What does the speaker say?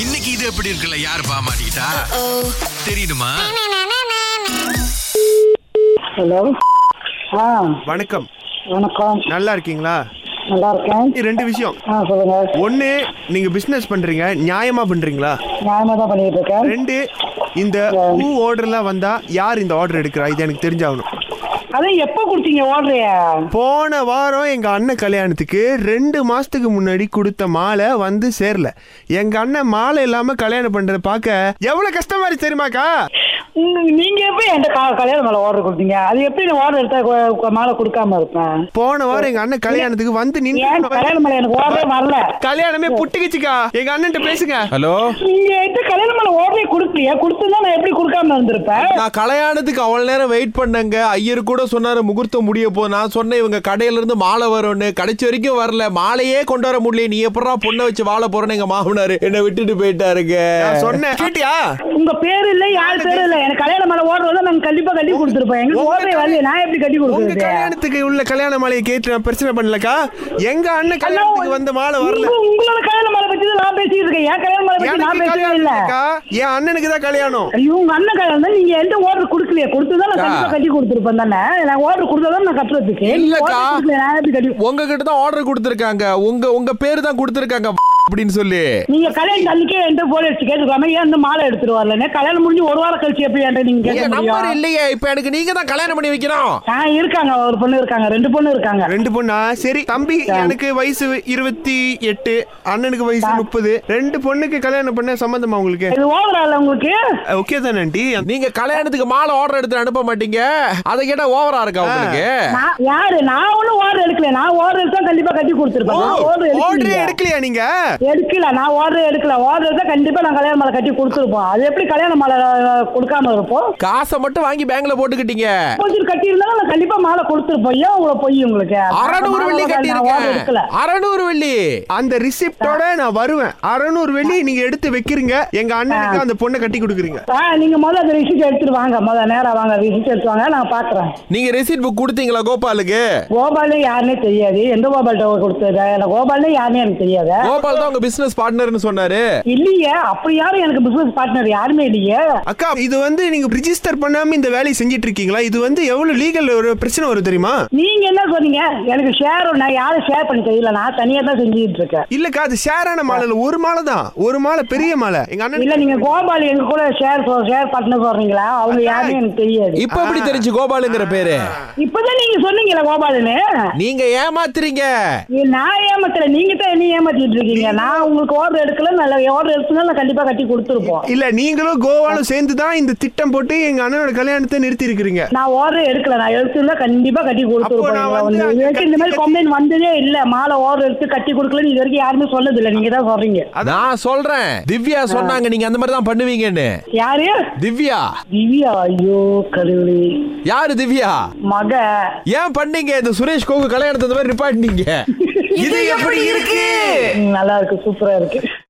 இன்னைக்கு இது எப்படி இருக்குல்ல யார் பாமாட்டா தெரியுமா ஹலோ ஆ வணக்கம் வணக்கம் நல்லா இருக்கீங்களா நல்லா இருக்கேன் ரெண்டு விஷயம் ஆ சொல்லுங்க ஒண்ணு நீங்க பிசினஸ் பண்றீங்க நியாயமா பண்றீங்களா நியாயமா தான் பண்ணிட்டு இருக்கேன் ரெண்டு இந்த பூ ஆர்டர்லாம் வந்தா யார் இந்த ஆர்டர் எடுக்கிறா இது எனக்கு தெரிஞ்சாகணும் அது எப்போ கொடுத்தீங்க ஓடுறிய போன வாரம் எங்க அண்ணன் கல்யாணத்துக்கு ரெண்டு மாசத்துக்கு முன்னாடி கொடுத்த மாலை வந்து சேரல எங்க அண்ணன் மாலை இல்லாம கல்யாணம் பண்றத பார்க்க எவ்வளவு கஷ்டமா இருக்கு தெரியுமாக்கா நீங்க எப்படி என்கிட்ட கா- கல்யாண மேல ஆர்டர் கொடுத்தீங்க அது எப்படி நான் ஆர்டர் எடுத்தா கொ- கொ- மாலை கொடுக்காம இருப்பேன் போன வாரம் எங்க அண்ணன் கல்யாணத்துக்கு வந்து ஏன் நின்று கல்யாண மேல எனக்கு ஓடவே வரல கல்யாணமே புட்டுக்குச்சுக்கா எங்க அண்ணன்ட்ட பேசுங்க ஹலோ நீங்க என்கிட்ட கல்யாண மேல ஓடவே கொடுக்கலையா கொடுத்தா நான் எப்படி கொடுக்காம இருந்திருப்பேன் நான் கல்யாணத்துக்கு அவ்வளவு நேரம் வெயிட் பண்ணேங்க ஐயர் கூட சொன்னாரு முகூர்த்தம் முடிய போ நான் சொன்னேன் இவங்க கடையில இருந்து மாலை வரும்னு கடைசி வரைக்கும் வரல மாலையே கொண்டு வர முடியல நீ எப்படா பொண்ணை வச்சு வாழ போறேன்னு எங்க மாமனாரு என்னை விட்டுட்டு போயிட்டாருங்க நான் சொன்னேன் கேட்டியா உங்க பேர் இல்ல யார் பேர் இல்ல எனக்கு கல்யாண மேல ஓடுறதுல நான் கண்டிப்பா கட்டி கொடுத்துருப்பேன் எங்களுக்கு உங்க ஓடவே வரல நான் எப்படி கட்டி உங்க கொடுக்குறது கல்யாணத்துக்கு உள்ள கல்யாண மாலையை கேட்டு நான் பிரச்சனை பண்ணலக்கா எங்க அண்ணன் கல்யாணத்துக்கு வந்த மாலை வரல உங்க- உங்களோட கல்யாண மாலை பத்தி தான் நான் பேசிட்டு இருக்கேன் என் கல்யாண மாலை பத்தி நான் எனக்கு பேசவே கல்யாணம் இல்ல இல்லக்கா என் அண்ணனுக்கு தான் கல்யாணம் ஐயோ உங்க அண்ணன் கல்யாணம் தான் நீங்க எந்த ஓர்டர் கொடுக்கலையே கொடுத்ததா நான் அக்கா. கண்டிப்பா கட்டி கொடுத்துருப்பேன் தானே நான் ஓர்டர் கொடுத்ததா நான் கட்டுறதுக்கு நீங்க இல்லக்கா. order கொடுக்கலையே, நான் எப்படி கட்டி உங்ககிட்ட தான் ஆர்டர் கொடுத்துருக்காங்க உங்க உங்க பேர் தான் கொடுத்துருக்காங்க அப்படின்னு சொல்லி நீங்க கல்யாணம் அன்னைக்கே என்கிட்ட போலீஸ் அடிச்சு கேட்டுக்காம ஏன் இந்த மாலை எடுத்துட்டு வரலன்னு கல்யாணம் முடிஞ்சு ஒரு வாரம் கழிச்சு எப்படி என்கிட்ட நீங்க கேட்க என் நம்பர் முடியும் இல்லையே இப்ப எனக்கு நீங்க தான் கல்யாணம் பண்ணி வைக்கணும் ஆ இருக்காங்க ஒரு பொண்ணு இருக்காங்க ரெண்டு பொண்ணு இருக்காங்க ரெண்டு பொண்ணா சரி தம்பி எனக்கு வயசு இருபத்தி எட்டு அண்ணனுக்கு வயசு முப்பது ரெண்டு பொண்ணுக்கு கல்யாணம் பண்ண சம்மந்தமா உங்களுக்கு இது ஓவரால உங்களுக்கு ஓகே தானே ஆண்டி நீங்க கல்யாணத்துக்கு மாலை ஆர்டர் எடுத்து அனுப்ப மாட்டீங்க அதை கேட்டா ஓவரா இருக்கா உங்களுக்கு நான் யாரு நான் ஒண்ணும் ஓர்டர் எடுக்கல நான் ஓர்டர் எடுத்தா கண்டிப்பா கட்டி கொடுத்துருப்பேன் நான் order ஆர்டரே எடுக்கலையே. எடுக்கலையா நீங்க எடுக்கல நான் ஓர்டர் எடுக்கல ஓர்டர் தான் கண்டிப்பா நான் கல்யாண மாலை கட்டி கொடுத்துருப்போம் அது எப்படி கல்யாண மாலை அஹ், கொடுக்காம இருப்போம் காசை மட்டும் வாங்கி பேங்க்ல போட்டுக்கிட்டீங்க கொஞ்சம் கட்டி இருந்தாலும் நான் கண்டிப்பா மாலை கொடுத்துருப்போம் ஏன் உங்களை பொய் உங்களுக்கு அறநூறு வெள்ளி மாலை கட்டி நான் order எடுக்கல இருக்கேன் அறநூறு வெள்ளி அந்த ரிசிப்டோட நான் வருவேன் அறநூறு வெள்ளி நீங்க எடுத்து வைக்கிறீங்க எங்க அண்ணனுக்கு அந்த பொண்ணை கட்டி கொடுக்குறீங்க ஆ நீங்க முதல்ல அந்த ரிசிப்ட் எடுத்துட்டு வாங்க முதல்ல நேரா வாங்க ரிசிப்ட் எடுத்து வாங்க நான் பாக்குறேன் நீங்க ரெசிப்ட் புக் கொடுத்தீங்களா கோபாலுக்கு கோபாலே யாருன்னே தெரியாது எந்த கோபால்கிட்ட கொடுத்தது எனக்கு கோபால்னே யாருன்னே எனக்கு தெரியாது கோபால் தான் உங்க பிசினஸ் பார்ட்னர்னு சொன்னாரு இல்லையே அப்படி யாரும் எனக்கு பிசினஸ் பார்ட்னர் யாருமே இல்லையே அக்கா இது வந்து நீங்க ரிஜிஸ்டர் பண்ணாம இந்த வேலையை செஞ்சிட்டு இருக்கீங்களா இது வந்து எவ்வளவு லீகல் ஒரு பிரச்சனை வரும் தெரியுமா நீங்க என்ன சொன்னீங்க எனக்கு ஷேர் நான் யாரும் ஷேர் பண்ணி தெரியல நான் தனியா தான் செஞ்சுட்டு இருக்கேன் இல்லக்கா அது ஷேரான மாலைல ஒரு மாலை தான் ஒரு மாலை பெரிய மாலை எங்க அண்ணன் இல்ல நீங்க கோபால் எங்க கூட ஷேர் ஷேர் பார்ட்னர் சொல்றீங்களா அவங்க யாருமே எனக்கு தெரியாது இப்ப எப்படி தெரிஞ்சு கோபாலுங்கிற பேரு இப்பதான் நீங்க சொன்னீங்களா கோபாலுன்னு நீங்க ஏமாத்துறீங்க ஏய், நான் ஏமாத்தல நீங்க தான் என்ன ஏமாத்திட்டு இருக்கீங்க நான் உங்களுக்கு ஆர்டர் எடுக்கல நல்ல ஆர்டர் எடுத்ததுனால நான் கண்டிப்பா கட்டி கொடுத்துருப்போம் இல்ல நீங்களும் கோவாலும் சேர்ந்து தான் இந்த திட்டம் போட்டு எங்க அண்ணனோட கல்யாணத்தை நிறுத்தி இருக்கிறீங்க நான் ஆர்டர் எடுக்கல நான் எடுத்துருந்தா கண்டிப்பா கட்டி அப்போ நான் கொடுத்துருப்போம் வந்து இது வரைக்கும் இந்த மாதிரி கட்டி- கம்ப்ளைண்ட் வந்ததே இல்ல மாலை ஆர்டர் எடுத்து கட்டி கொடுக்கலன்னு இது வரைக்கும் யாருமே சொன்னது இல்ல நீங்க தான் சொல்றீங்க நான் சொல்றேன் திவ்யா சொன்னாங்க நீங்க அந்த மாதிரி தான் பண்ணுவீங்கன்னு யாரு திவ்யா திவ்யா ஐயோ கடவுளே யாரு திவ்யா மக ஏன் பண்ணீங்க இந்த சுரேஷ் கோகு கல்யாணத்தை இந்த மாதிரி நிப்பாட்டினீங்க இது எப்படி இருக்கு நல்லா இருக்கு சூப்பரா இருக்கு